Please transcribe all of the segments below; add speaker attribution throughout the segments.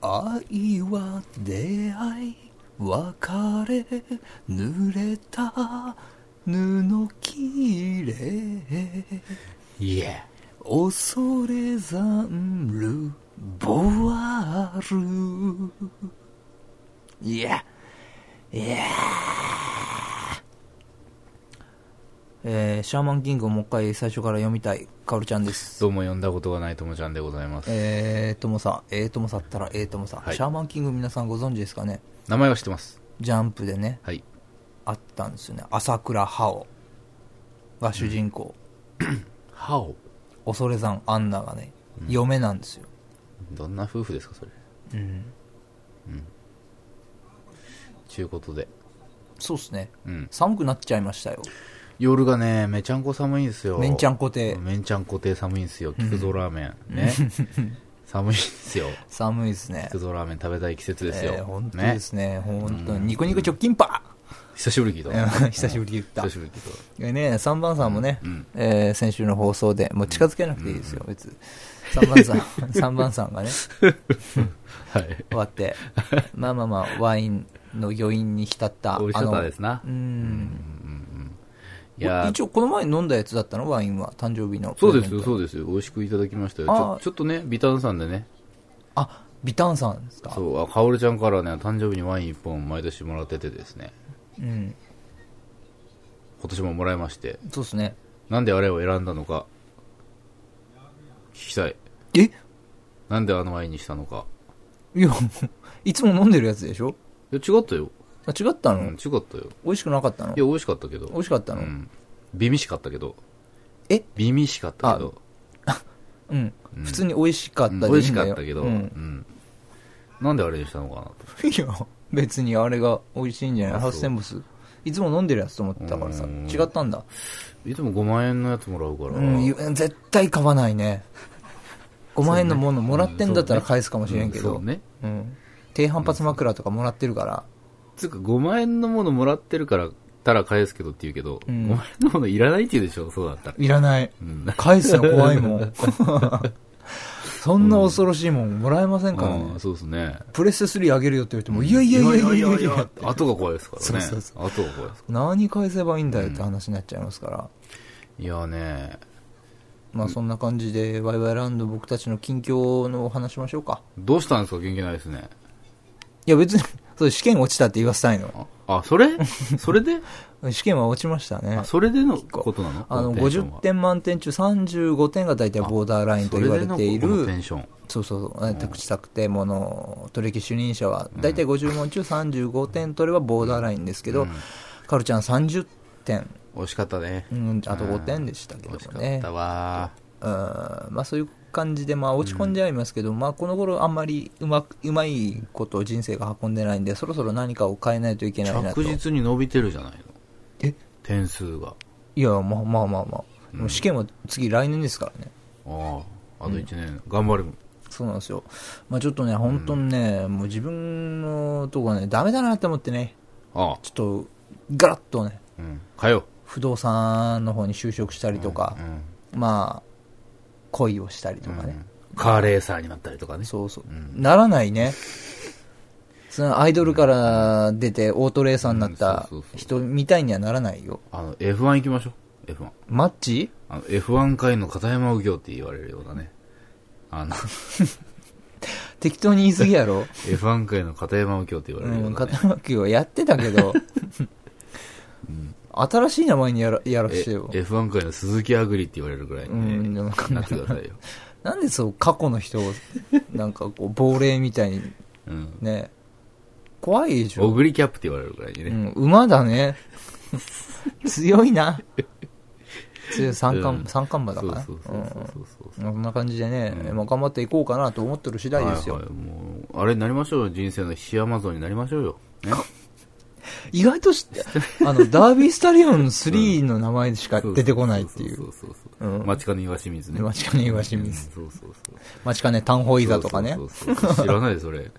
Speaker 1: 愛は出会い別れ濡れた布切れ
Speaker 2: いえ。
Speaker 1: 恐れざんるボワールいやいやえー、シャーマンキングをもう一回最初から読みたいカオルちゃんです
Speaker 2: どうも読んだことがないともちゃんでございます。
Speaker 1: えーともさんえーともさったらえーともさん、
Speaker 2: はい
Speaker 1: シャーマンキング皆さんご存知ですかね
Speaker 2: 名前は知ってます。
Speaker 1: ジャンプでね
Speaker 2: はい。
Speaker 1: あったんですよね朝倉覇王が主人公、
Speaker 2: ハオ。
Speaker 1: 恐れ山アンナがね、嫁なんですよ
Speaker 2: どんな夫婦ですか、それ。
Speaker 1: うん
Speaker 2: ちゅうことで。
Speaker 1: そうっすね
Speaker 2: うん。
Speaker 1: 寒くなっちゃいましたよ
Speaker 2: 夜がね、めちゃんこ寒いんですよ。
Speaker 1: めんちゃんこて
Speaker 2: めんちゃんこて寒いんですよ。菊蔵ラーメン。 ね。寒いんですよ。
Speaker 1: 寒いですね
Speaker 2: 菊蔵ラーメン食べたい季節ですよ。
Speaker 1: えー本当ですね本当にニコニコ直近パ
Speaker 2: 久しぶりに聞いた。
Speaker 1: ー 久しぶりに言った
Speaker 2: 久しぶりに聞いた。
Speaker 1: えーね3番さんもね、
Speaker 2: うん
Speaker 1: えー先週の放送でもう近づけなくていいですよ、別に3番さん 三番さんがね
Speaker 2: はい。
Speaker 1: 終わってまあまあまあワインの余韻に浸った
Speaker 2: 美味し
Speaker 1: あ
Speaker 2: かっ
Speaker 1: の
Speaker 2: たですな。
Speaker 1: う
Speaker 2: うん
Speaker 1: ん
Speaker 2: うんうん。いやー
Speaker 1: 一応この前飲んだやつだったのワインは誕生日の
Speaker 2: そうですよ、
Speaker 1: う
Speaker 2: そうですよ。美味しくいただきましたよ。ち
Speaker 1: あ
Speaker 2: ょ
Speaker 1: ー
Speaker 2: ちょっとね、ビタンさんでね、
Speaker 1: あビタンさんですか
Speaker 2: そう、あ、かおるちゃんからね、誕生日にワイン一本毎年もらっててですね、
Speaker 1: うん
Speaker 2: 今年ももらいまして、
Speaker 1: そうですね
Speaker 2: なんであれを選んだのか、聞きたい。
Speaker 1: えい
Speaker 2: なんであのワインにしたのか。
Speaker 1: や いつも飲んでるやつでしょ
Speaker 2: いや、違ったよ。
Speaker 1: あ違った
Speaker 2: う
Speaker 1: の、
Speaker 2: ん、違ったよ。
Speaker 1: 美味しくなかったの
Speaker 2: いや、美味しかったけど。
Speaker 1: 美味しかったの、
Speaker 2: うん。美味しかったけど。
Speaker 1: え
Speaker 2: 美味しかったけど。
Speaker 1: うん
Speaker 2: うん
Speaker 1: 普通に美味しかっ
Speaker 2: うん
Speaker 1: た
Speaker 2: 美
Speaker 1: でい
Speaker 2: 味
Speaker 1: い
Speaker 2: し
Speaker 1: んだ
Speaker 2: か
Speaker 1: よ
Speaker 2: ったけど、う
Speaker 1: うん、
Speaker 2: ん。なんであれにしたのかなと。
Speaker 1: いや別にあれが美味しいんじゃない
Speaker 2: あ
Speaker 1: ハ
Speaker 2: そう
Speaker 1: ウステンボスいつも飲んでるやつと思ってたからさ
Speaker 2: うん
Speaker 1: 違ったんだ
Speaker 2: いつも5万円のやつもらうから。
Speaker 1: うんい絶対買わないね5万円のものもらってんだったら返すかもしれんけ
Speaker 2: う
Speaker 1: ど
Speaker 2: そうね。
Speaker 1: うん低反発枕とかもらってるから
Speaker 2: つうか5万円のものもらってるから、たら返すけどって言うけど、
Speaker 1: うん
Speaker 2: 5万円のものいらないって言うでしょ、そうだったら。
Speaker 1: いらない
Speaker 2: うん。
Speaker 1: 返すの怖いもん そんな恐ろしいもんもらえませんから
Speaker 2: あ
Speaker 1: ね
Speaker 2: あそうですね。
Speaker 1: プレステ3あげるよって言ってもいやいやいやいやいやいや
Speaker 2: 後が怖いですからね。
Speaker 1: そうそうそ
Speaker 2: 後が怖いですか
Speaker 1: 何返せばいいんだよって話になっちゃいますから、
Speaker 2: ら。いやね、
Speaker 1: まあそんな感じで、ワイワイランド僕たちの近況のお話しましょうか。
Speaker 2: どうしたんですか元気ないですね。
Speaker 1: いや別に、 そう、試験落ちたって言わせたいの。
Speaker 2: あ、あ それそれで
Speaker 1: 試験は落ちましたね
Speaker 2: あ、。それでのことなの
Speaker 1: あの、
Speaker 2: こテンション
Speaker 1: 50
Speaker 2: は
Speaker 1: 点満点中35点が大体ボーダーラインと言われてい
Speaker 2: それでのこのテ
Speaker 1: る、
Speaker 2: ンション。
Speaker 1: そうそうそう、私作定もの、取引主任者は、大体50問中35点取ればボーダーラインですけど、カルちゃん30点、
Speaker 2: 惜しかったね。
Speaker 1: うん、あと5点でしたけど
Speaker 2: 惜しか
Speaker 1: も
Speaker 2: っ
Speaker 1: ね
Speaker 2: た。わ
Speaker 1: うんまあそういう感じで、まあ落ち込んじゃいますけど、まあこの頃あんまりうまく、うまいことを人生が運んでないんで、そろそろ何かを変えないといけないなと。
Speaker 2: 着実に伸びてるじゃないの。
Speaker 1: え
Speaker 2: 点数が。
Speaker 1: いや、まあまあまあまあ。でも試験は次来年ですからね。
Speaker 2: ああ、あと1年、頑張る。
Speaker 1: そうなんですよ。まあちょっとね、本当にね、もう自分のとこがね、ダメだなって思ってね、
Speaker 2: ああ、
Speaker 1: ちょっと、ガラッとね、
Speaker 2: うん。かよ。
Speaker 1: 不動産の方に就職したりとか
Speaker 2: う、ん。
Speaker 1: まあ、恋をしたりとかね。
Speaker 2: カーレーサーになったりとかね。
Speaker 1: そうそう。
Speaker 2: うん
Speaker 1: ならないね。そのアイドルから出てオートレーサーになった
Speaker 2: うんそうそう
Speaker 1: 人みたいにはならないよ。
Speaker 2: あの、F1 行きましょう。F1。
Speaker 1: マッチ
Speaker 2: あの、F1 界の片山右京って言われるようなね。あの、
Speaker 1: 適当に言い過ぎやろ。
Speaker 2: F1 界の片山右京って言われるよ
Speaker 1: う、
Speaker 2: うんな、ね
Speaker 1: 肩巻きをやってたけど。新しい名前にやらやらしてよ。
Speaker 2: え F1 界の鈴木アグリって言われるぐらいに、
Speaker 1: うんでも
Speaker 2: なってくださいよ。
Speaker 1: なんでそう過去の人を、なんかこう、亡霊みたいに
Speaker 2: うん。
Speaker 1: ね、怖いでし
Speaker 2: オ
Speaker 1: ょ。
Speaker 2: グリキャップって言われるぐらいに
Speaker 1: う
Speaker 2: ね。
Speaker 1: ん、馬だね。強いな。強い三
Speaker 2: う
Speaker 1: 冠、
Speaker 2: ん
Speaker 1: 三冠馬だ
Speaker 2: そう
Speaker 1: から。
Speaker 2: そうそううんそうそうそう。
Speaker 1: そんな感じでね、まあ、頑張っていこうかなと思ってる次第ですよ。
Speaker 2: はいはい、もう、あれになりましょうよ。人生のヒアマゾンになりましょうよ。ね。
Speaker 1: 意外とし、 あの、ダービースタリオン3の名前しか出てこないってい。
Speaker 2: そううそうそう
Speaker 1: う
Speaker 2: そ
Speaker 1: ん
Speaker 2: う。街金岩清水ね。
Speaker 1: 街金岩清水
Speaker 2: うんそうそうそう。
Speaker 1: 街かね、タンホイザとかね
Speaker 2: そ、うそうそうそう知らないでそれ。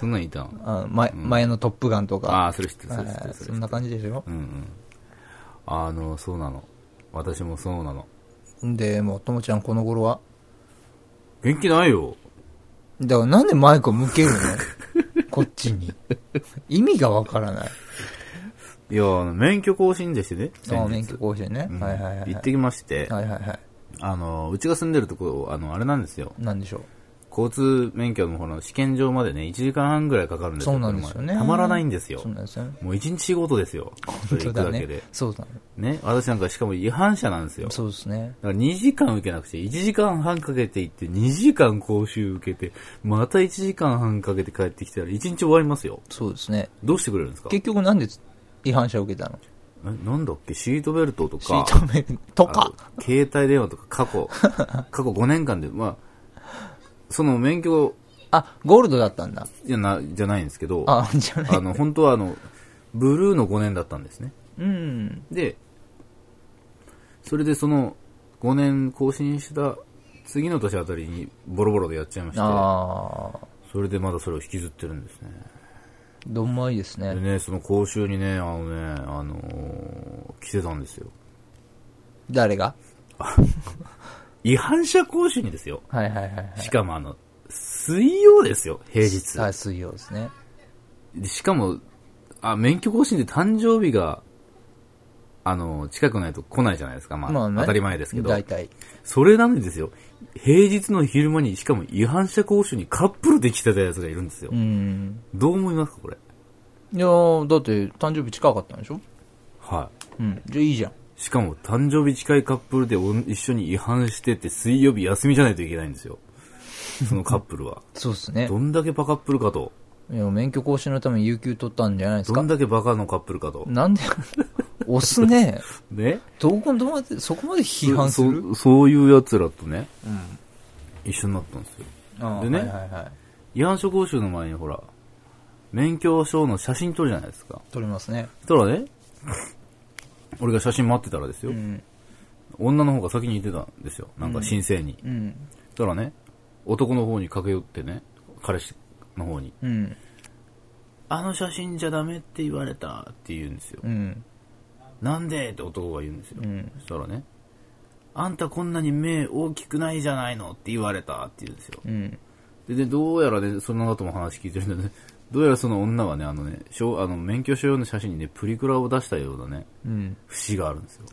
Speaker 2: そんなんいたん
Speaker 1: あのま前のトップガンと
Speaker 2: あ
Speaker 1: か、
Speaker 2: あ、それ知ってる、それ知って
Speaker 1: は
Speaker 2: る
Speaker 1: い
Speaker 2: それ知って
Speaker 1: そ
Speaker 2: る
Speaker 1: んな感じでしょ
Speaker 2: う。んうん。あの、そうなの。私もそうなの。
Speaker 1: で、もう、ともちゃんこの頃は
Speaker 2: 元気ないよ。
Speaker 1: だからなんでマイクを向 けるのこっちに。意味がわからない。
Speaker 2: いや、免許更新でしてね、
Speaker 1: あ
Speaker 2: 先
Speaker 1: あ、
Speaker 2: 日
Speaker 1: 免許更新ね
Speaker 2: う。ん
Speaker 1: はいはいはい。
Speaker 2: 行ってきまして、
Speaker 1: はいはいはい。
Speaker 2: あの、うちが住んでるとこ、あの、あれなんですよ。
Speaker 1: なんでしょう。
Speaker 2: 交通免許のこの試験場までね、1時間半ぐらいかかるんですよ。
Speaker 1: そうなんですよね。
Speaker 2: 車たまらないんですよ
Speaker 1: そう。なんですよね。
Speaker 2: もう1日仕事ですよ。そ
Speaker 1: 本
Speaker 2: れ
Speaker 1: 当
Speaker 2: 行くだ
Speaker 1: だ
Speaker 2: け
Speaker 1: ね
Speaker 2: で。。
Speaker 1: そうだね。
Speaker 2: ね。私なんかしかも違反者なんですよ。
Speaker 1: そうですね。
Speaker 2: だから2時間受けなくて、1時間半かけて行って、2時間講習受けて、また1時間半かけて帰ってきたら1日終わりますよ。
Speaker 1: そうですね。
Speaker 2: どうしてくれるんですかえ
Speaker 1: 結局なんで違反者を受けたの
Speaker 2: なんだっけシートベルトとか。
Speaker 1: シートベルト
Speaker 2: あ
Speaker 1: か。
Speaker 2: の携帯電話とか 過去、過去5年間で、まあ、その免許
Speaker 1: あ、ゴールドだったんだ。
Speaker 2: じゃな、じゃないんですけど、
Speaker 1: あ、じゃない。
Speaker 2: あの、本当はあの、ブルーの5年だったんですね。
Speaker 1: うん。
Speaker 2: で、それでその、5年更新した次の年あたりにボロボロでやっちゃいまして、
Speaker 1: ああ、
Speaker 2: それでまだそれを引きずってるんですね。
Speaker 1: どんまいです
Speaker 2: で
Speaker 1: ね。
Speaker 2: ね、その講習にね、あのね、あのー来てたんですよ。
Speaker 1: 誰が
Speaker 2: 違反者講習にですよ。
Speaker 1: はいはいはいはい。
Speaker 2: しかもあの、水曜ですよ、平日。
Speaker 1: あ、水曜ですね。
Speaker 2: でしかも、あ、免許更新で誕生日が、あの、近くないと来ないじゃないですか。まあ、
Speaker 1: ね
Speaker 2: 当たり前ですけど。
Speaker 1: 大体。
Speaker 2: それなんですよ。平日の昼間に、しかも違反者講習にカップルで来てたやつがいるんですよ。
Speaker 1: うん。
Speaker 2: どう思いますか、これ。
Speaker 1: いやーだって誕生日近かったんでしょ
Speaker 2: は
Speaker 1: うん。じゃあいいじゃん。
Speaker 2: い。しかも、誕生日近いカップルでおん一緒に違反してて、水曜日休みじゃないといけないんで すよ。そのカップルは。
Speaker 1: そうっすね
Speaker 2: ど。んだけバカップルかと。
Speaker 1: いや、免許更新のために有給取ったんじゃないです
Speaker 2: ど
Speaker 1: か
Speaker 2: ん。だけバカのカップルかと。
Speaker 1: なんで、 押すね。
Speaker 2: ね
Speaker 1: どこ、どうやって、そこまで批判する
Speaker 2: そそういう奴らとね、一緒になったんですよ。
Speaker 1: あー
Speaker 2: でね
Speaker 1: はいはいはい。
Speaker 2: 違反者講習の前にほら、免許証の写真撮るじゃないですか。
Speaker 1: 取りますね。
Speaker 2: そしたらね、俺が写真待ってたらですよ、
Speaker 1: うん。
Speaker 2: 女の方が先に行ってたんですよ。なんか申請に。
Speaker 1: うん。
Speaker 2: そしたらね、男の方に駆け寄ってね、彼氏の方に、
Speaker 1: うん。
Speaker 2: あの写真じゃダメって言われたって言うんですよ。
Speaker 1: うん。
Speaker 2: なんでって男が言うんですよ。
Speaker 1: うん
Speaker 2: そしたらね、あんたこんなに目大きくないじゃないのって言われたって言うんですよ。
Speaker 1: うん。
Speaker 2: で、でどうやらね、その後も話聞いてるんだね。 どうやらその女はね、あのね、しょうあの免許証用の写真にね、プリクラを出したようなね、
Speaker 1: うん。
Speaker 2: 節があるんですよ。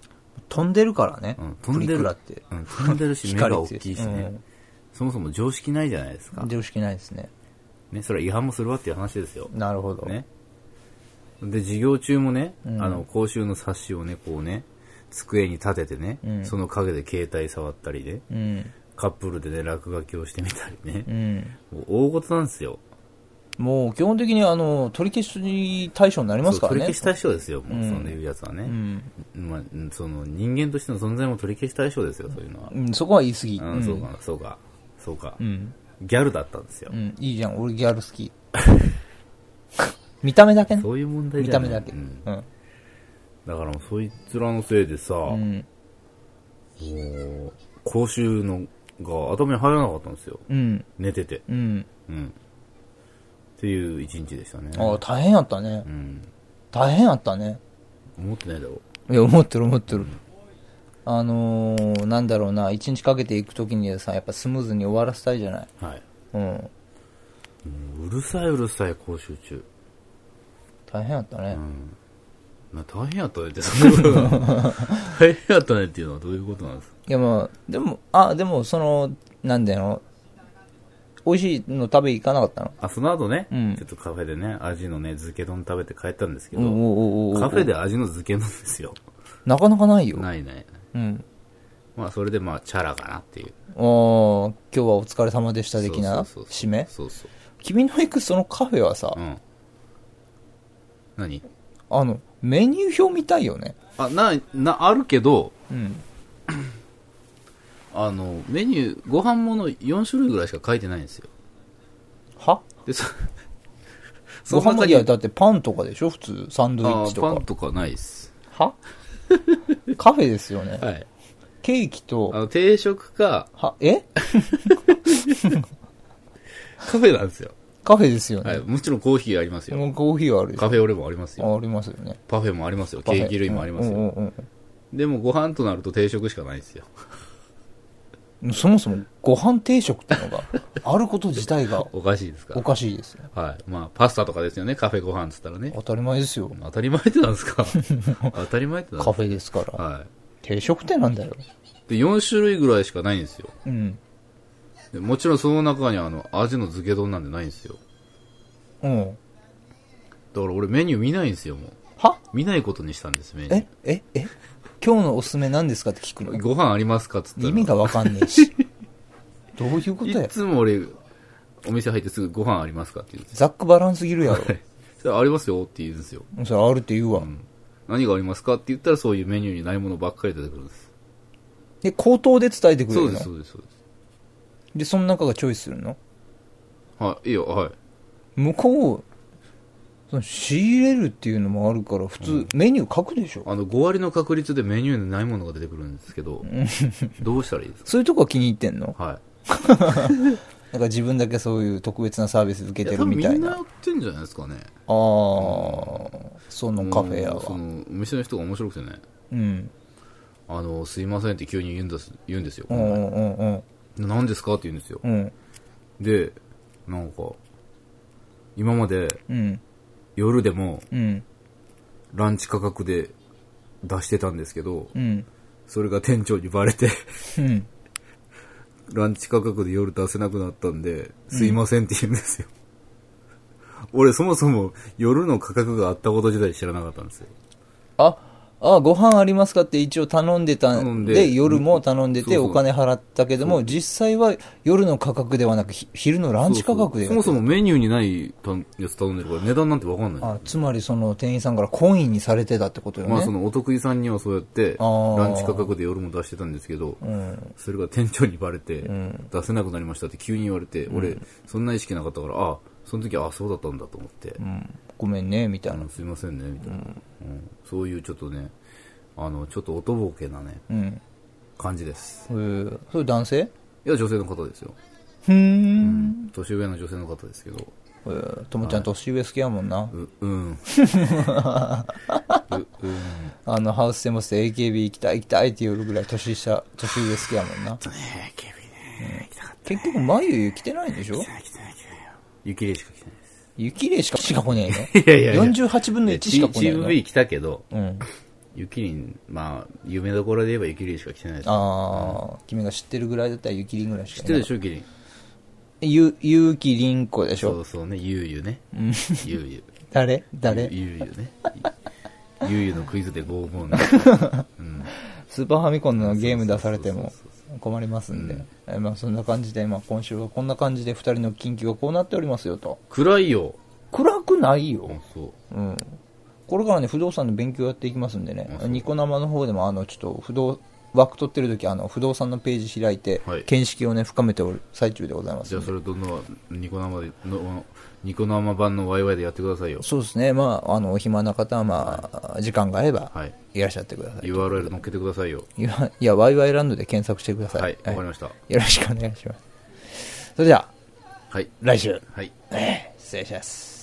Speaker 1: 飛んでるからね。
Speaker 2: うん、飛んで
Speaker 1: プリク
Speaker 2: る。
Speaker 1: ラって。
Speaker 2: うん、飛んでるし、目
Speaker 1: 光
Speaker 2: が
Speaker 1: るっ
Speaker 2: 大
Speaker 1: て
Speaker 2: きいしね、
Speaker 1: うん
Speaker 2: そもそも常識ないじゃないですか。
Speaker 1: 常識ないですね。
Speaker 2: ね、それは違反もするわっていう話ですよ。
Speaker 1: なるほど。
Speaker 2: ね。で、授業中もね、
Speaker 1: うん
Speaker 2: あの、講習の冊子をね、こうね、机に立ててね、
Speaker 1: うん
Speaker 2: その陰で携帯触ったりね、
Speaker 1: うん。
Speaker 2: カップルでね、落書きをしてみたりね
Speaker 1: う、ん。
Speaker 2: もう大事なんですよ。
Speaker 1: もう基本的にあの、取り消し対象になりますからね。
Speaker 2: そう取り消し対象ですよ、もう、
Speaker 1: うん
Speaker 2: そのいうやつはね。
Speaker 1: うん。
Speaker 2: まあ、うんその人間としての存在も取り消し対象ですよ、そういうのは。
Speaker 1: うん、そこは言い過ぎ。
Speaker 2: うんそうか、そうか、そうか、
Speaker 1: うん。
Speaker 2: ギャルだったんですよ
Speaker 1: う。ん。いいじゃん。俺ギャル好き。 見た目だけね。
Speaker 2: そういう問題
Speaker 1: 見
Speaker 2: じゃ
Speaker 1: た
Speaker 2: な
Speaker 1: 目
Speaker 2: い
Speaker 1: だけ。
Speaker 2: う
Speaker 1: うんん。
Speaker 2: だからもうそいつらのせいでさ、
Speaker 1: う
Speaker 2: も
Speaker 1: ん。
Speaker 2: う、講習のが頭に入らなかったんですよ。
Speaker 1: うん。
Speaker 2: 寝てて。
Speaker 1: うん。
Speaker 2: うん。っていう一日でしたね。
Speaker 1: ああ、大変やったね
Speaker 2: う。ん。
Speaker 1: 大変やったね。
Speaker 2: 思ってないだろう。
Speaker 1: いや、思ってる思ってる。あのー、なんだろうな、一日かけていくときにはさ、やっぱスムーズに終わらせたいじゃない。
Speaker 2: はい。
Speaker 1: うん。
Speaker 2: もううるさいうるさい、講習中。
Speaker 1: 大変やったね。
Speaker 2: な大変やったねって、そんなこと な大変やったねっていうのはどういうことなんですか
Speaker 1: いやまあ、でも、あ、でもその、なんだよ、美味しいの食べ行かなかったの
Speaker 2: あ、その後ね、
Speaker 1: うん
Speaker 2: ちょっとカフェでね、味のね、漬け丼食べて帰ったんですけ
Speaker 1: おう
Speaker 2: ど、
Speaker 1: おうおうおう
Speaker 2: カフェで味の漬け丼ですよ。
Speaker 1: なかなかないよ。
Speaker 2: ないないない。
Speaker 1: うん。
Speaker 2: まあ、それでまあ、チャラかなっていう。
Speaker 1: ああ、今日はお疲れ様でした的な
Speaker 2: そうそうそう
Speaker 1: 締め
Speaker 2: そうそう。
Speaker 1: 君の行くそのカフェはさ
Speaker 2: う、ん。何
Speaker 1: あの、メニュー表見たいよね。
Speaker 2: あ、な、な、あるけど、
Speaker 1: うん。
Speaker 2: あの、メニュー、ご飯もの4種類ぐらいしか書いてないんですよ。
Speaker 1: は
Speaker 2: で、そ、
Speaker 1: ご飯もい
Speaker 2: に
Speaker 1: や、だってパンとかでしょ普通、サンドイッ
Speaker 2: あ
Speaker 1: チと
Speaker 2: パ
Speaker 1: か
Speaker 2: ン。とかないっす。
Speaker 1: は カフェですよね。
Speaker 2: はい。
Speaker 1: ケーキ
Speaker 2: あ
Speaker 1: と、
Speaker 2: の、定食か、
Speaker 1: は、え
Speaker 2: カフェなんですよ。
Speaker 1: カフェですよ
Speaker 2: はい。
Speaker 1: ね。
Speaker 2: もちろんコーヒーありますよ。
Speaker 1: もうコーヒーはあるでし
Speaker 2: カ
Speaker 1: ょ
Speaker 2: フェオレもありますよ。
Speaker 1: ありますよね。
Speaker 2: パフェもありますよ。
Speaker 1: カ
Speaker 2: ケ
Speaker 1: フェ
Speaker 2: ーキ類もあります
Speaker 1: うんう
Speaker 2: よ。
Speaker 1: んうんうん
Speaker 2: でもご飯となると定食しかないんですよ。
Speaker 1: そもそもご飯定食っていうのが あること自体が
Speaker 2: おかしいですか
Speaker 1: おかしいですよ。
Speaker 2: はい。まあ、パスタとかですよね。カフェご飯っつったらね。
Speaker 1: 当たり前ですよ。
Speaker 2: 当たり前ってなんで すか当たり前ってなん
Speaker 1: カ
Speaker 2: です
Speaker 1: フェですから。
Speaker 2: かは
Speaker 1: 定食店なんだよ。
Speaker 2: い。で、4種類ぐらいしかないんですよ。
Speaker 1: うん。
Speaker 2: でもちろんその中にあの、アジの漬け丼なんてないんですよ。
Speaker 1: うん。
Speaker 2: だから俺メニュー見ないんですよ、もう。
Speaker 1: は
Speaker 2: 見ないことにしたんです、メニュ
Speaker 1: えええ今日のおすすめ何ですかって聞くの
Speaker 2: ー。ご飯ありますかっつったら。
Speaker 1: 意味がわかんねえ し。どういうこと
Speaker 2: い
Speaker 1: や
Speaker 2: つも俺、お店入ってすぐご飯ありますかって言うんです
Speaker 1: ザックバランスぎるやろ。
Speaker 2: よ。それありますよって言うんですよ。
Speaker 1: それあるって言うわ。
Speaker 2: 何がありますかって言ったらそういうメニューにないものばっかり出てくるんです。
Speaker 1: で、口頭で伝えてくれる
Speaker 2: そ
Speaker 1: の
Speaker 2: うです、そうです、そうです。
Speaker 1: でその中がチョイスするの
Speaker 2: はい、いいよ、はい。
Speaker 1: 向こう、その仕入れるっていうのもあるから、普通、メニュー書くでしょ、
Speaker 2: あの、5割の確率でメニューにないものが出てくるんです けど、どうしたらいいです
Speaker 1: そういうとこは気に入ってんの
Speaker 2: かはい。
Speaker 1: なんか自分だけそういう特別なサービス受け
Speaker 2: い
Speaker 1: て
Speaker 2: や
Speaker 1: る
Speaker 2: 多分
Speaker 1: み
Speaker 2: み
Speaker 1: たい
Speaker 2: んな
Speaker 1: な。
Speaker 2: や
Speaker 1: あ
Speaker 2: ってんじゃないですかね。
Speaker 1: あー、そのカフェや
Speaker 2: うんそ
Speaker 1: わ。
Speaker 2: の、お店の人が面白くてね、
Speaker 1: うん。
Speaker 2: あの、すいませんって急に言うんです言うんですよ。
Speaker 1: うんうんうんうん。
Speaker 2: 何ですかって言うんですよ。
Speaker 1: うん。
Speaker 2: で、なんか、今まで
Speaker 1: うん。
Speaker 2: 夜でも
Speaker 1: うん。
Speaker 2: ランチ価格で出してたんですけど、
Speaker 1: うん。
Speaker 2: それが店長にバレて、
Speaker 1: うん。
Speaker 2: ランチ価格で夜出せなくなったんで、すいませんって言うんですよ。 俺そもそも夜の価格があったこと自体知らなかったんですよ。
Speaker 1: あ、あ、ご飯ありますかって一応頼んでた
Speaker 2: 頼ん
Speaker 1: ん
Speaker 2: で
Speaker 1: で、夜も頼んで
Speaker 2: うん
Speaker 1: て、
Speaker 2: そうそう
Speaker 1: お金払ったけども、実際は夜の価格ではなく、ひ昼のランチ価格でや
Speaker 2: そ
Speaker 1: って
Speaker 2: も
Speaker 1: る
Speaker 2: そもメニューにないたやつ頼んでるから値段なんてわかんない。
Speaker 1: あつまりその店員さんからコインにされてたってことよね。
Speaker 2: まあそのお得意さんにはそうやって
Speaker 1: あー
Speaker 2: ランチ価格で夜も出してたんですけど、
Speaker 1: うん。
Speaker 2: それが店長にバレて、
Speaker 1: ん
Speaker 2: 出せなくなりましたって急に言われて、俺、そんな意識なかったから、あその時、あそうだったんだと思って、
Speaker 1: うん。ごめんね、みたい
Speaker 2: あ
Speaker 1: な
Speaker 2: の。すいませんね、みたいな、うんそういうちょっとね、あの、ちょっとおとぼけなね、
Speaker 1: うん。
Speaker 2: 感じです。
Speaker 1: えー、それ男性
Speaker 2: いや、女性の方ですよ。
Speaker 1: ふーん。
Speaker 2: 年上の女性の方ですけど、
Speaker 1: えーともちゃん年上好きやもんな。
Speaker 2: う、うん。う、うん。
Speaker 1: あの、ハウステンボスで AKB 行きたい行きたいって言うぐらい年下、年上好きや もんな。
Speaker 2: ねえ、ケビね、来たかっ
Speaker 1: 結局、眉ゆ来てないんでしょ
Speaker 2: た、来てない、来てないよ。雪礼しか来てないです。
Speaker 1: 雪霊しかしか来ね
Speaker 2: いやいや
Speaker 1: え
Speaker 2: い
Speaker 1: の。
Speaker 2: や
Speaker 1: 48分の1しか来
Speaker 2: チ
Speaker 1: ねえ
Speaker 2: ーム
Speaker 1: の。
Speaker 2: B 来たけど、
Speaker 1: うん。
Speaker 2: 雪林、まあ、有名どころで言えば雪林しか来てないです。
Speaker 1: ああ、君が知ってるぐらいだったらゆきりんぐらいしか
Speaker 2: 知
Speaker 1: い
Speaker 2: っ
Speaker 1: な
Speaker 2: て
Speaker 1: い。
Speaker 2: るでしょ、雪林。
Speaker 1: ゆ、ゆうきりんこでし
Speaker 2: そ
Speaker 1: ょ
Speaker 2: うそうね、ゆうゆね。ゆうゆ。
Speaker 1: 誰誰
Speaker 2: ゆうゆね。ゆうゆのクイズで合コ ンね。
Speaker 1: スーパーファミコンのゲーム出されても困りますんで、えまあ、そんな感じで、まあ、今週はこんな感じで2人の近況がこうなっておりますよと
Speaker 2: 暗いよ。
Speaker 1: 暗くないよ、
Speaker 2: あそう。
Speaker 1: うん、これからね不動産の勉強やっていきますんでね
Speaker 2: あそう
Speaker 1: ニコ生の方でもあのちょっと不動枠取ってる時あの不動産のページ開いて、
Speaker 2: はい
Speaker 1: 見識をね深めておる最中でございます
Speaker 2: じゃあそれとの、ニコ生で、の、ニコ生版のワイワイでやってくださいよ。
Speaker 1: そうですねまああのお暇な方はまあ、時間があれば、
Speaker 2: はい。
Speaker 1: い、らっしゃってください
Speaker 2: URL 乗っけてくださいよ。
Speaker 1: いやいやワイワイランドで検索してください
Speaker 2: はい、わかりました。
Speaker 1: よろしくお願いしますそれでは
Speaker 2: はい。
Speaker 1: 来週
Speaker 2: はい。
Speaker 1: 失礼します